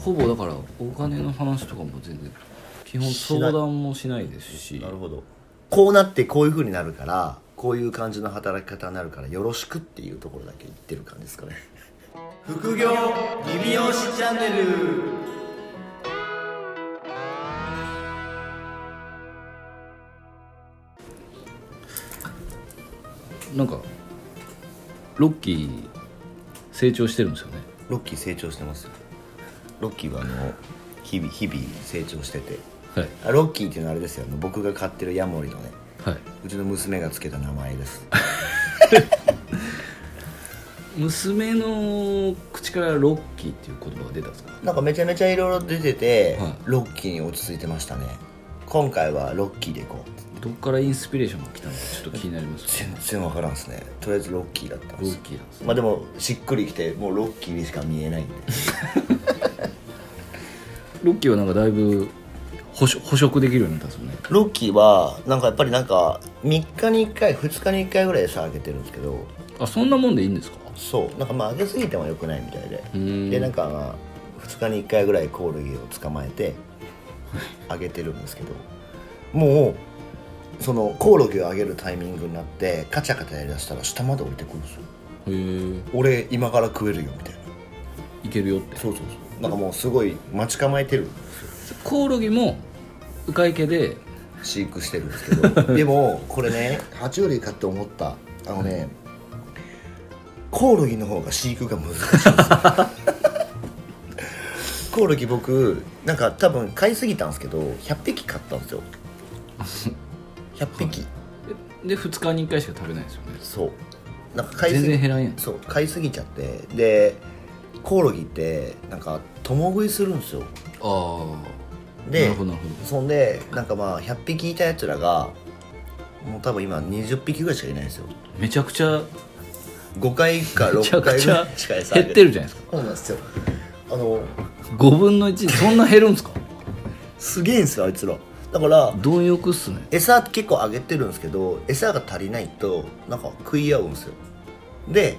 ほぼだからお金の話とかも全然基本しない相談もしないですしなるほどこうなってこういうふうになるからこういう感じの働き方になるからよろしくっていうところだけ言ってる感じですかね副業リビオシチャンネルなんかロッキー成長してるんですよねロッキー成長してますよロッキーはあの日々日々成長しててはいあロッキーっていうのはあれですよあの僕が飼ってるヤモリのねはいうちの娘がつけた名前です 娘の口からロッキーっていう言葉が出たんですかなんかめちゃめちゃいろいろ出てて、はいロッキーに落ち着いてましたね今回はロッキーでいこうどっからインスピレーションが来たのかちょっと気になります全然わからんですねとりあえずロッキーだったんロでッすキーなんですねまあでもしっくりきてもうロッキーにしか見えないんでロッキーはなんかだいぶ捕食捕食できるようになったんですよねロッキーはなんかやっぱりなんか3日に1回2日に1回ぐらい餌あげてるんですけどあそんなもんでいいんですかそうなんかまああげすぎてもよくないみたいでうーんでなんかまあ2日に1回ぐらいコオロギを捕まえてあげてるんですけどもうそのコオロギをあげるタイミングになってカチャカチャやりだしたら下まで降りてくるんですよへえ俺今から食えるよみたいないけるよってそうそうそうなんかもうすごい待ち構えてるコオロギもうかいけで飼育してるんです けどでもこれね爬虫類かって思ったあのねコオロギの方が飼育が難しいんで すよコオロギ僕なんか多分飼いすぎたんですけど100匹飼ったんですよ100匹、で2日に1回しか食べないですよねそうなんか飼い全すぎ然減らんやんそう飼いすぎちゃってでコオロギってなんか共食いするんですよああなでるほどなるほどそんでなんかまあ100匹いたやつらがもう多分今20匹ぐらいしかいないんですよめちゃくちゃ5回かめちゃ6く回ちぐゃらいしか餌あ減げってるじゃないですかそうなんですよあの5分の1そんな減るんですかすげえんですよあいつらだから貪欲っすね餌結構あげてるんですけど餌が足りないとなんか食い合うんですよで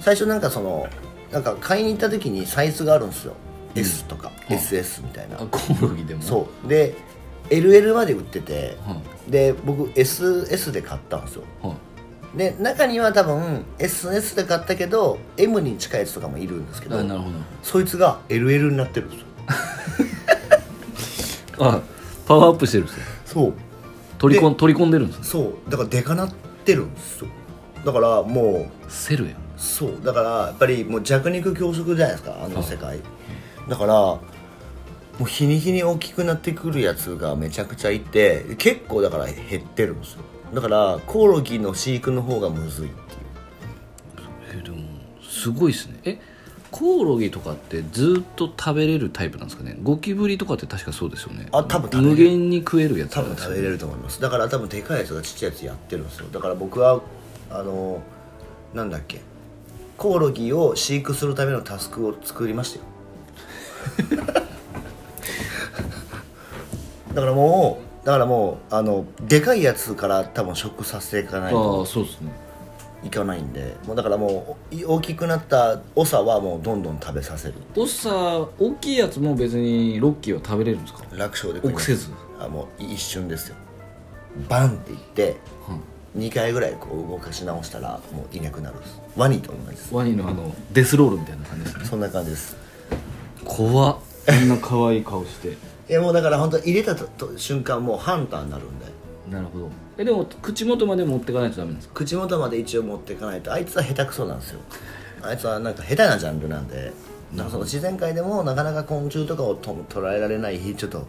最初なんかそのなんか買いに行った時にサイズがあるんですよ、S とか、うん SS みたいなあコオロギでもう、そうで LL まで売っててはで僕 SS で買ったんですよいはい、で中には多分 SS で買ったけど M に近いやつとかもいるんですけどあなるほどそいつが LL になってるんですよあパワーアップしてるんですよそう取り込んで取り込んでるんですねそうだからでかなってるんですよだからもセルやんうそうだからやっぱりもう弱肉強食じゃないですかあの世界だからもう日に日に大きくなってくるやつがめちゃくちゃいて結構だから減ってるんですよだからコオロギの飼育の方がむずいっていうえでもすごいですねえコオロギとかってずっと食べれるタイプなんですかねゴキブリとかって確かそうですよねあ多分食べれる無限に食えるやつ多なん分ですよ食べれると思いますだから多分でかいやつがちっちゃいやつやってるんですよだから僕はあのなんだっけコオロギを飼育するためのタスクを作りましたよ だからもうだからもうあのでかいやつから多分食させていかないとああそうですねいかないんでもうだからもうお大きくなった長はもうどんどん食べさせるおっさ大きいやつも別にロッキーは食べれるんですか楽勝で食いま臆すせず、あもう一瞬ですよバンっていってうん2回ぐらいこう動かし直したらもういなくなるんですワニと同じですワニのあのデスロールみたいな感じですねそんな感じです怖っみんな可愛い顔していやもうだから本当入れたとと瞬間もうハンターになるんでなるほどえでも口元まで持ってかないとダメなんですか口元まで一応持っていかないとあいつは下手くそなんですよあいつはなんか下手なジャンルなんでなんかその自然界でもなかなか昆虫とかをと捉えられないちょっと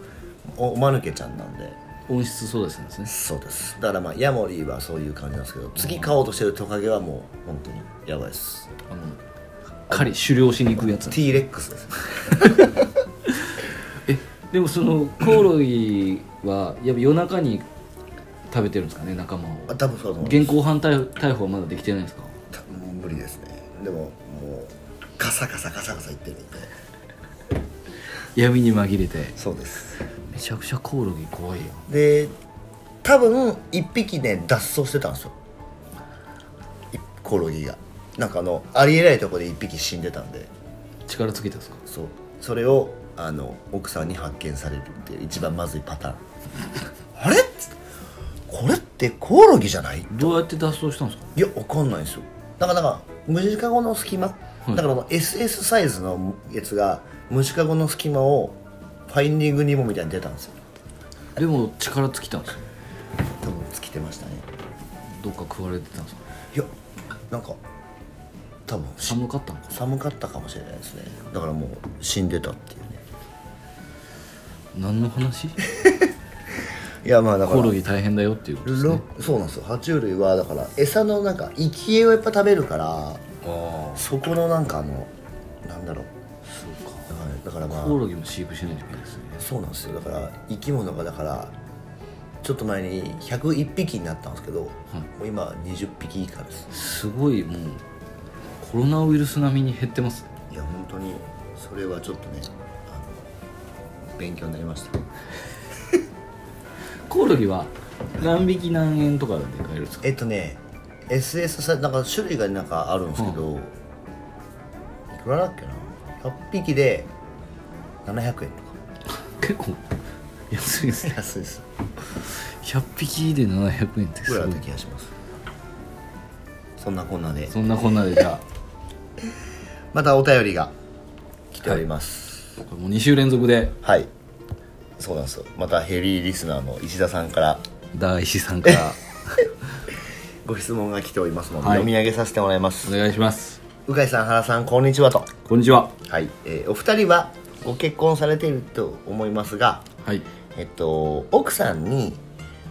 おおまぬけちゃんなんで音質そうですねそうですだからまあヤモリはそういう感じなんですけど次飼おうとしてるトカゲはもう本当にやばいですあの狩り狩猟しに行くやつ T レックスですえでもそのコオロギはやっぱ夜中に食べてるんですかね仲間をあ多分そうだと思います現行犯逮逮捕はまだできてないんですかたもう無理ですねでももうカサカサカサカサいってるんで闇に紛れてそうですめちゃくちゃコオロギ怖いやんで多分1匹ね脱走してたんですよいコオロギがなんかあのありえないとこで1匹死んでたんで力尽きたんですかそうそれをあの奥さんに発見されるっていう一番まずいパ ターンあれっつってこれってコオロギじゃないどうやって脱走したんですかいやわかんないですよだからなんか虫かごの隙間、いだからあの SS サイズのやつが虫かごの隙間をファインディングニモみたいに出たんですよでも力尽きたんですよ多分つきてましたねどっか食われてたんですかいやなんか多分し寒かったのか寒かったかもしれないですねだからもう死んでたっていうね何の話いやまあだかコオらロギ大変だよっていうことですろねそうなんですよ爬虫類はだから餌のなんか生き餌をやっぱ食べるからあそこのなんかあのなんだろう、あそうかはい、だからまあコオロギも飼育しないといけないですねそうなんですよだから生き物がだからちょっと前に101匹になったんですけど、もう今20匹以下ですすごいもうコロナウイルス並みに減ってますいや本当にそれはちょっとねあの勉強になりましたコオロギは何匹何円とかで買えるんですかえっとね SS さなんか種類がなんかあるんですけど、いくらだっけな100匹で700円とか結構安いですね安いです100匹で700円ってぐすらごいいだった気がしますそんなこんなでそんなこんなでじゃあまたお便りが来ておりますこれもう2週連続ではい、そうなんですよまたヘリーリスナーの石田さんから大石さんからご質問が来ておりますので、はい読み上げさせてもらいますお願いします鵜飼さん原さんこんにちはとこんにちははい、えーお二人はご結婚されていると思いますがはいえっと、奥さんに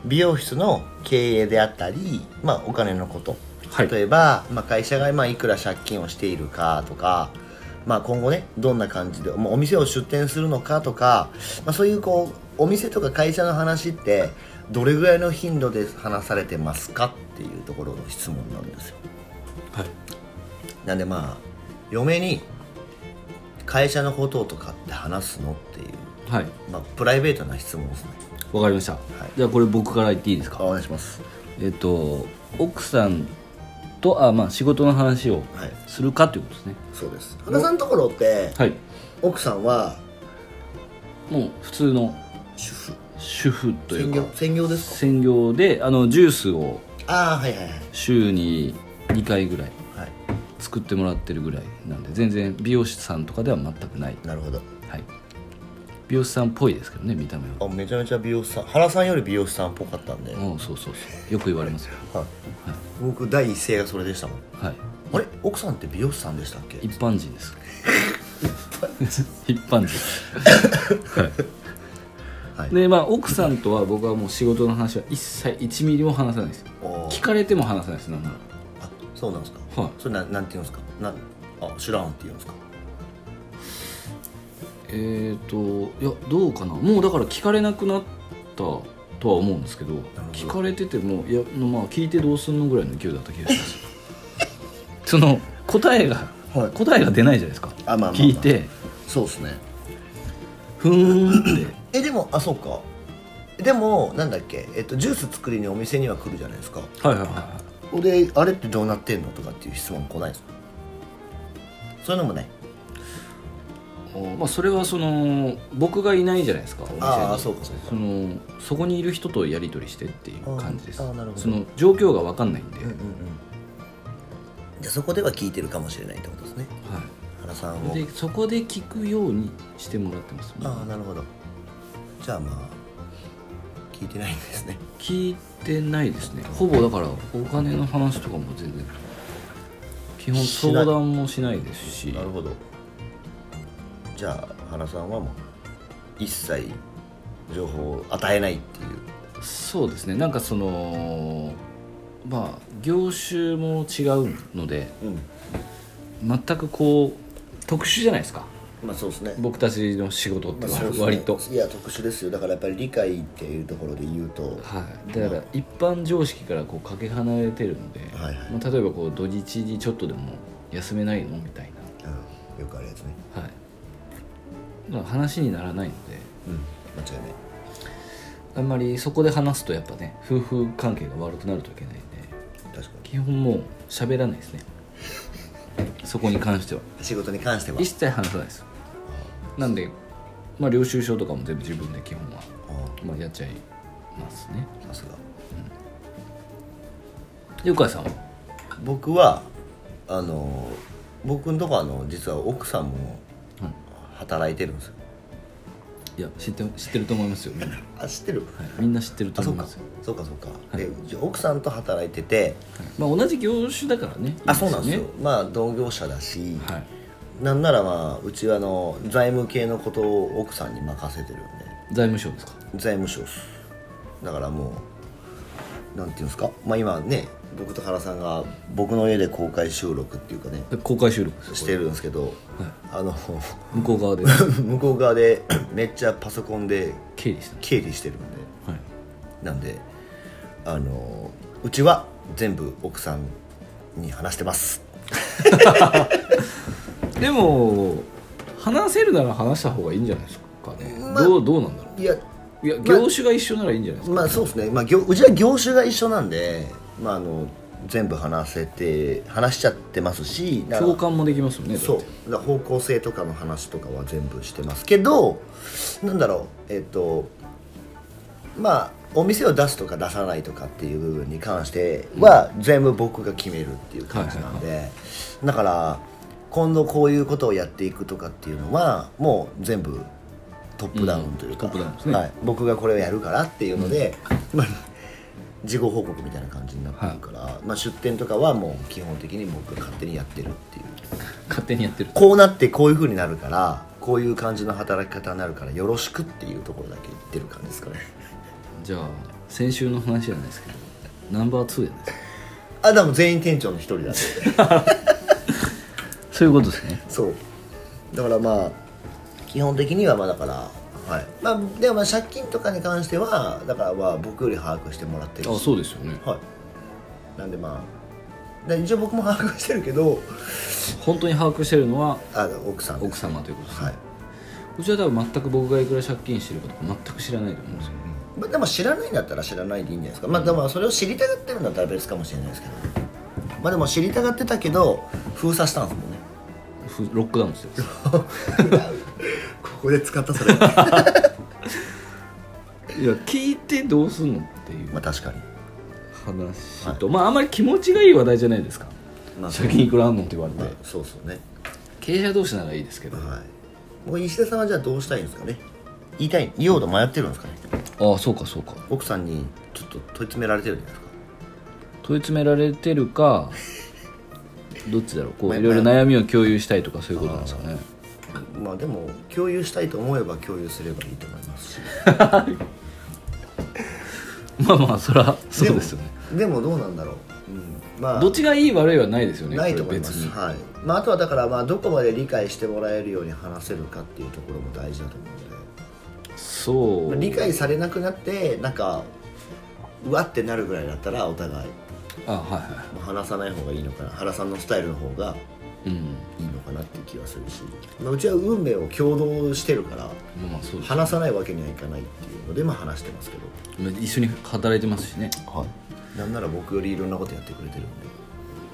美容室の経営であったり、まあ、お金のこと、はい例えば、まあ、会社がまあいくら借金をしているかとか、まあ、今後ねどんな感じでもうお店を出店するのかとか、まあ、そういうこうお店とか会社の話ってどれぐらいの頻度で話されてますかっていうところの質問なんですよはいなんでまあ嫁に会社のこととかって話すのっていう、はいまあ、プライベートな質問ですねわかりました、じゃあこれ僕から言っていいですあかお願いしますえっと奥さんとあまあ仕事の話をはいするかということですねそうです原さんのところってはい奥さんはもう普通の主婦主婦とい専うか業専業ですか専業であのジュースをああはいはいはい週に2回ぐらいはい作ってもらってるぐらいなんで全然美容師さんとかでは全くない、なるほどはい、美容師さんっぽいですけどね見た目はあめちゃめちゃ美容師さん原さんより美容師さんっぽかったんで、はい、うんそうそうそうよく言われますよ僕第一声がそれでしたもんはいあれ奥さんって美容師さんでしたっけ一般人です一般人ははいいでまあ奥さんとは僕はもう仕事の話は一切1ミリも話さないですおー聞かれても話さないですなんならあそうなんですかはいそれななんて言うんですかなあ知らんって言うんですかえっ、といやどうかなもうだから聞かれなくなったとは思うんですけどほど聞かれててもいやまあ聞いてどうすんのぐらいの勢いだった気がします その答えが、はい答えが出ないじゃないですかあまあまあまあ聞いてそうですねふーんってえでもあそうかでもなんだっけ、えっと、ジュース作りにお店には来るじゃないですかはいはいはいはいであれってどうなってんのとかっていう質問来ないですかそういうのもないおまあ、それはその僕がいないじゃないですかお店にああそうかそうかそのそこにいる人とやり取りしてっていう感じですあーあーなるほどその状況が分かんないんで、うんうんうんじゃあそこでは聞いてるかもしれないってことですねは原さんをい、でそこで聞くようにしてもらってますああなるほどじゃあまあ聞いてないんですね聞いてないですねほぼだからお金の話とかも全然基本しな相い談もしないですしなるほどじゃあ原さんはもう一切情報を与えないっていうそうですねなんかそのまあ業種も違うのでうん全くこう特殊じゃないですかまあそうですね僕たちの仕事ってまあそうですね割と、いや特殊ですよだからやっぱり理解っていうところで言うとはい、だから一般常識からこうかけ離れてるので、はいはいまあ、例えばこう土日にちょっとでも休めないのみたいうんよくあるやつねな、はい、まあ話にならないのでうん間違いないあんまりそこで話すとやっぱね夫婦関係が悪くなるといけないんで確か基本もう喋らないですねそこに関してはに仕事に関しては一切話さないですなんで、まあ、領収書とかも全部自分で基本は、あまあ、やっちゃいますねさすがで岡井さんは僕はあの僕のとこあの実は奥さんもはい働いてるんですよ、いや知って知ってると思いますよみんな、はい、あ知ってるみんな知ってるとあそ思ういまかすよ、そうかそうか、でうち奥さんと働いててまあ、同じ業種だからねあそうなんですよいいまあ同業者だし、ですよはいなんならまあうちはあの財務系のことを奥さんに任せてるんで財務省ですか財務省っすだからもうなんていうんですかまあ今ね僕と原さんが僕の家で公開収録っていうかね公開収録ですよしてるんですけど、あの 向こう側で向こう側でめっちゃパソコンで経理してま、経理してるんですはい、なんであのうちは全部奥さんに話してますでも話せるなら話した方がいいんじゃないですかね、まあどうどうなんだろいやういやまあ業種が一緒ならいいんじゃないですか、まあそうですね、まあ、業うちは業種が一緒なんで、まあ、あの全部話せて話しちゃってますしだから共感もできますよねそうだから方向性とかの話とかは全部してますけどなんだろうえっ、とまあお店を出すとか出さないとかっていう部分に関しては全部僕が決めるっていう感じなんで、だから今度こういうことをやっていくとかっていうのはもう全部トップダウンというか、うんトップダウンですねはい、僕がこれをやるからっていうので、まあ事後報告みたいな感じになってるから、まあ、出店とかはもう基本的に僕が勝手にやってるっていう勝手にやってるこうなってこういう風になるからこういう感じの働き方になるからよろしくっていうところだけ言ってる感じですかねじゃあ先週の話じゃないですけどナンバー2じゃないですかあでも全員店長の一人だってそういうことですね そうだからまあ基本的にはまあだからはいまあでもまあ借金とかに関してはだからまあ僕より把握してもらってるしあそうですよねはいなんでまあで一応僕も把握してるけど本当に把握してるのはあの奥さんです奥様ということですね、はいうちは多分全く僕がいくら借金してるかとか全く知らないと思うんですよ、まあでも知らないんだったら知らないでいいんじゃないですかまあでもそれを知りたがってるんだったら別かもしれないですけどまあでも知りたがってたけど封鎖したんですもんねふロックダウンしてる ここで使ったそれ ま いや聞いてどうすんのっていうあ確かに話と、まああんまり気持ちがいい話題じゃないですかまあ借金いくらあんのって言われて、まあそうですよね経営者同士ならいいですけど、はいもう石田さんはじゃあどうしたいんですかね言いたい言おうと迷ってるんですかねああそうかそうか奥さんにちょっと問い詰められてるんじゃないですか問い詰められてる かどっちだろうこまうあいろいろ悩みを共有したいとかそういうことなんですかねまあでも共有したいと思えば共有すればいいと思います しまあまあそらそうですよねでもでもどうなんだろう、うん、まあどっちがいい悪いはないですよねないと思いまこれす、別にはいまあ、あとはだからまあどこまで理解してもらえるように話せるかっていうところも大事だと思うので、そまあう理解されなくなってなんかうわってなるぐらいだったらお互いあはいはまあ話さない方がいいのかな原さんのスタイルの方がいうんいいのかなっていう気はするし、まあ、うちは運命を共同してるからまあまあそうです話さないわけにはいかないっていうのでまあ話してますけど、まあ一緒に働いてますしね、はい、なんなら僕よりいろんなことやってくれてるんで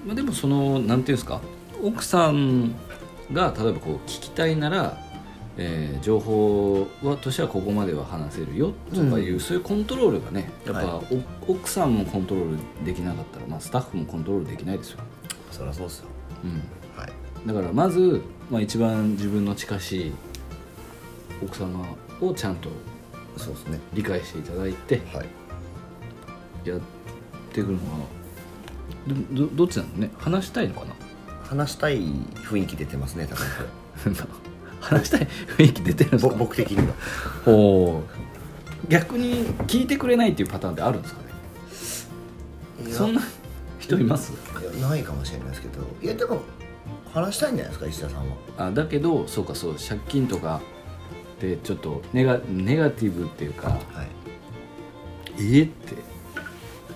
まあ、でもそのなんていうんですか奥さんが例えばこう聞きたいなら、えー情報はとしてはここまでは話せるよとかいう、そういうコントロールがねやっぱ、はお奥さんもコントロールできなかったら、まあ、スタッフもコントロールできないですよ、そりゃそうっすようん、はいだからまず、まあ、一番自分の近しい奥様をちゃんとそうですね理解していただいてはいやっていくのがでもどどっちなのね話したいのかな話したい雰囲気出てますね多分これ話したい雰囲気出てるんですぼか僕的にはおー逆に聞いてくれないっていうパターンってあるんですかねそんな人いますいやないかもしれないですけどいやでも話したいんじゃないですか石田さんはあだけどそうかそう借金とかでちょっとネガネガティブっていうかはい、 「えっ?」って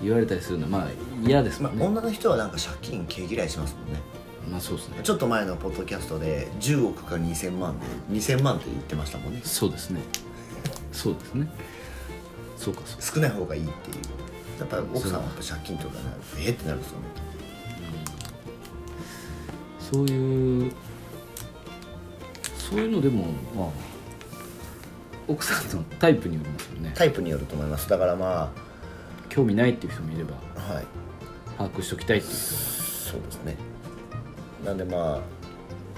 言われたりするのはまあ嫌ですまもあんね、ま女の人はなんか借金毛嫌いしますもんねあ、そうですねちょっと前のポッドキャストで10億か2000万で2000万って言ってましたもんねそうですねそうですねそうかそう少ない方がいいっていうやっぱり奥さんはやっぱ借金とかになるとえってなるんですよねそういうそういうのでもまあ奥さんのタイプによりますよねタイプによると思いますだからま興味ないっていう人もいればあはい把握しときたいっていう人もそうですねなんでまあ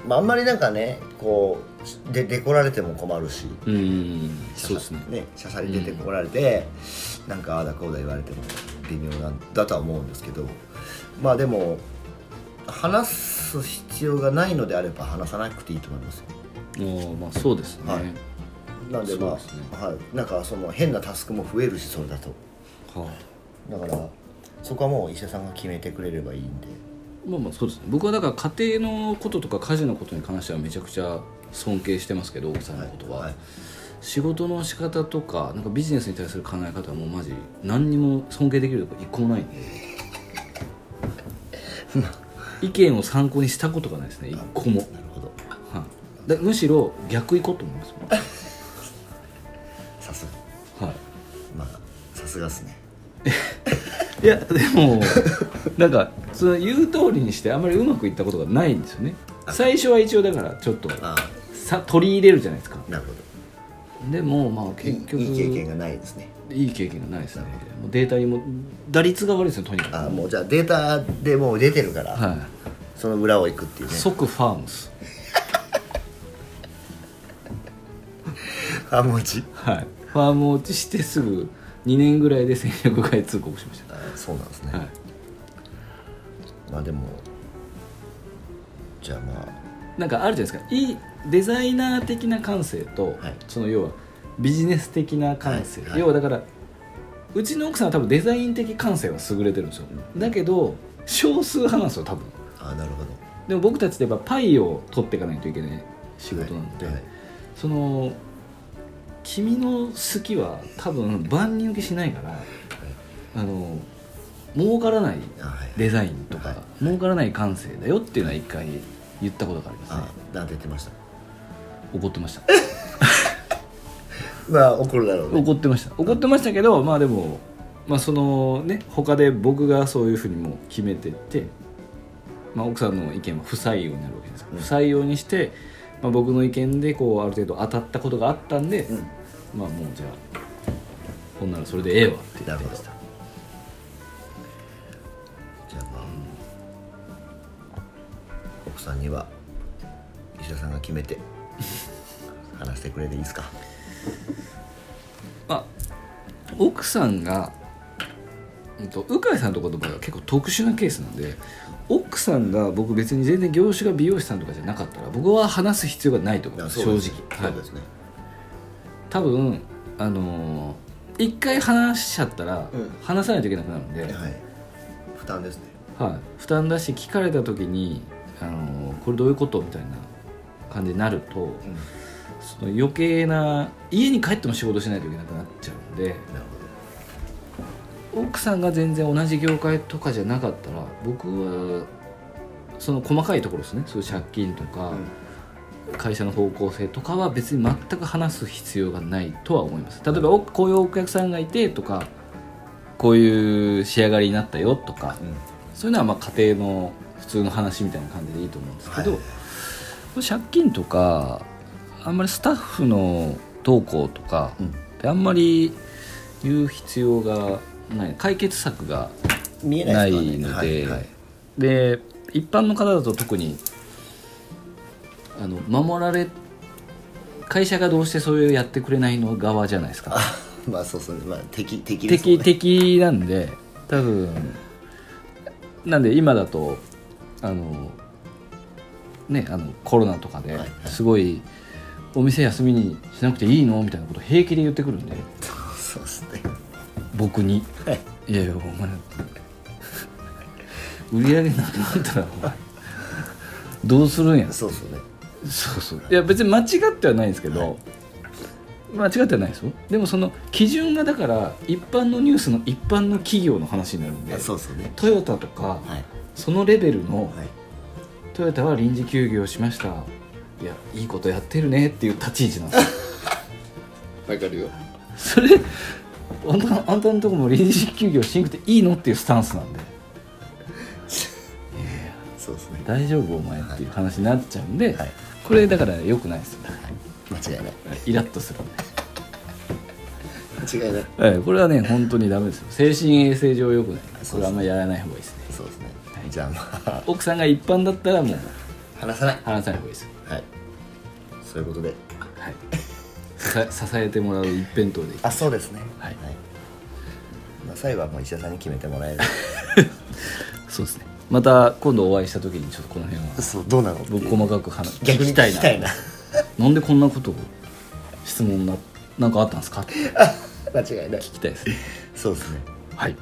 まああんまりなんかねこうで出こられても困るしうんうんうんそうですねねしゃさり出てこられて、なんかああだこうだ言われても微妙なんだとは思うんですけどまあでも話す必要がないのであれば話さなくていいと思いますよもうまあそうですね、はいなんでまあそうですねはい、なんかその変なタスクも増えるしそれだとはあだからそこはもう医者さんが決めてくれればいいんでまあまあそうですね僕はだから家庭のこととか家事のことに関してはめちゃくちゃ尊敬してますけど奥さんのことは、はい仕事の仕方とかなんかビジネスに対する考え方はもうマジ何にも尊敬できるとか一個も ないんで意見を参考にしたことがないですね一個も、なるほどはい、だむしろ逆行こうと思いますさすがもん、はいまあさすがっすねいやでもなんかその言う通りにしてあんまりうまくいったことがないんですよね最初は一応だからちょっとあさ取り入れるじゃないですかあなるほどでもまあ結局いいいい経験がないですねいい経験がないですねもうデータにも打率が悪いですねとにかああもうじゃあデータでもう出てるから、く、はいその裏を行くっていうね即ファームスあもうちはいファーム落ちしてすぐ2年ぐらいで1500回通告しましあそうなんですね、た、はい、まあでもじゃあまあなんかあるじゃないですかいいデザイナー的な感性と、はいその要はビジネス的な感性、はいはい要はだからうちの奥さんは多分デザイン的感性は優れてるんですよだけど少数派なんですよ多分あなるほどでも僕たちで言えばパイを取っていかないといけない仕事なんで、はいはいその君の好きは多分万人受けしないから、あの儲からないあはいデザインとか、はい儲からない感性だよっていうのは一回言ったことがありますねあなんて言ってました怒ってましたまあ怒るだろうね怒ってました怒ってましたけどまあでもまあそのね他で僕がそういうふうにもう決めてって、まあ、奥さんの意見は不採用になるわけですから、うん不採用にして、まあ、僕の意見でこうある程度当たったことがあったんで、うんまあもうじゃあほんならそれでええわって言なっるてほまどしじたゃあまあ、奥さんには医者さんが決め て話してくれていいですかまあ、奥さんが、うんと、鵜飼さんとかの場合は結構特殊なケースなんで奥さんが僕別に全然業種が美容師さんとかじゃなかったら僕は話す必要がないと思います正直、はいそうですね、多分あのー一回話しちゃったら、うん話さないといけなくなるんで、はいはい負担ですね負担だし聞かれた時に、あのーこれどういうことみたいな感じになると、んその余計な家に帰っても仕事しないといけなくなっちゃうんでなる奥さんが全然同じ業界とかじゃなかったら僕はその細かいところですねそういう借金とか、会社の方向性とかは別に全く話す必要がないとは思います例えばおこういうお客さんがいてとかこういう仕上がりになったよとかほど、うんそういうのはまあ家庭の普通の話みたいな感じでいいと思うんですけど、はい借金とかあんまりスタッフの動向とかうんであんまり言う必要がない解決策が見えなないいですからのねで,、はいはいで一般の方だと特にあの守られ会社がどうしてそういうやってくれないの側じゃないですかあ まあそうそう、まあ、敵敵ですも敵んね敵なんで多分なんで今だとあのねあのコロナとかではいはいすごいお店休みにしなくていいのみたいなこと平気で言ってくるんで そうですね僕にはいいやいやお前売り上げなくなったらお前どうするんやそうそうねそうそういや別に間違ってはないんですけど、間違ってはないですよでもその基準がだから一般のニュースの一般の企業の話になるんであそうそうねトヨタとかはいそのレベルのはいトヨタは臨時休業しましたいやいいことやってるねっていう立ち位置なんですよわかるよ それあんたあんたのとこも臨時休業しなくていいのっていうスタンスなんでそうですね大丈夫お前っていう話になっちゃうんで、はいこれだから良くないですよ間違いないイラッとする間違いないはいこれはね本当にダメですよ精神衛生上良くないこれはあんまりやらない方がいいですねそうですね、じゃあまあ奥さんが一般だったらもう話さない話さない方がいいですよはいそういうことではいさ支えてもらう一辺倒でいいあそうですねはいまあ、最後はもう石田さんに決めてもらえるそうですねまた今度お会いした時にちょっとこの辺は そうどうなの僕細かく話逆に聞きた聞いきなたいななんでこんなことを質問ななんかあったんですかって聞 間違いないきたいです ねそうですねはい、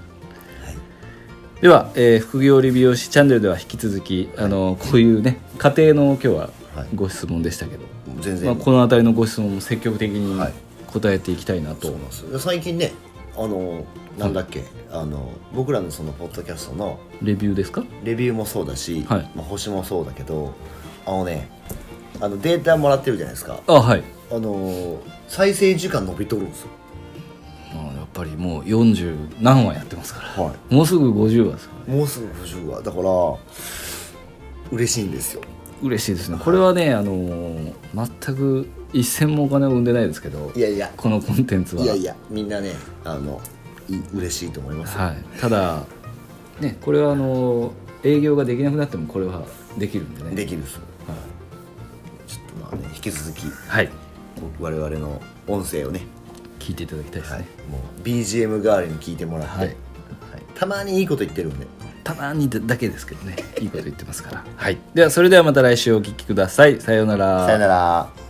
では、えー副業理美容師チャンネルでは引き続きあのこういうね家庭の今日ははいご質問でしたけど、全まあ、然、この辺りのご質問も積極的にはい答えていきたいなと、そうなんですよ最近ねあのなんだっけ、あの僕らのそのポッドキャストのレビューですかレビューもそうだし、はいまあ、星もそうだけどあのねあのデータもらってるじゃないですかあはいあの再生時間伸びとるんですよまあやっぱりもう40何話やってますからはもうすぐ50話ですからいもうすぐ50話だから嬉しいんですよ嬉しいですねこれはねあのー全く一銭もお金を生んでないですけどいやいやこのコンテンツはいやいやみんなねあのい嬉しいと思いますよはい、ただ、ね、これはあの営業ができなくなってもこれはできるんでねできるっすよちょっとまあね引き続きはい我々の音声をね、聞いていただきたいですはいね、、もう BGM 代わりに聞いてもらって、はいはいたまにいいこと言ってるんでたまにだけですけどねいいこと言ってますから、はい、ではそれではまた来週お聞きくださいさようさよなら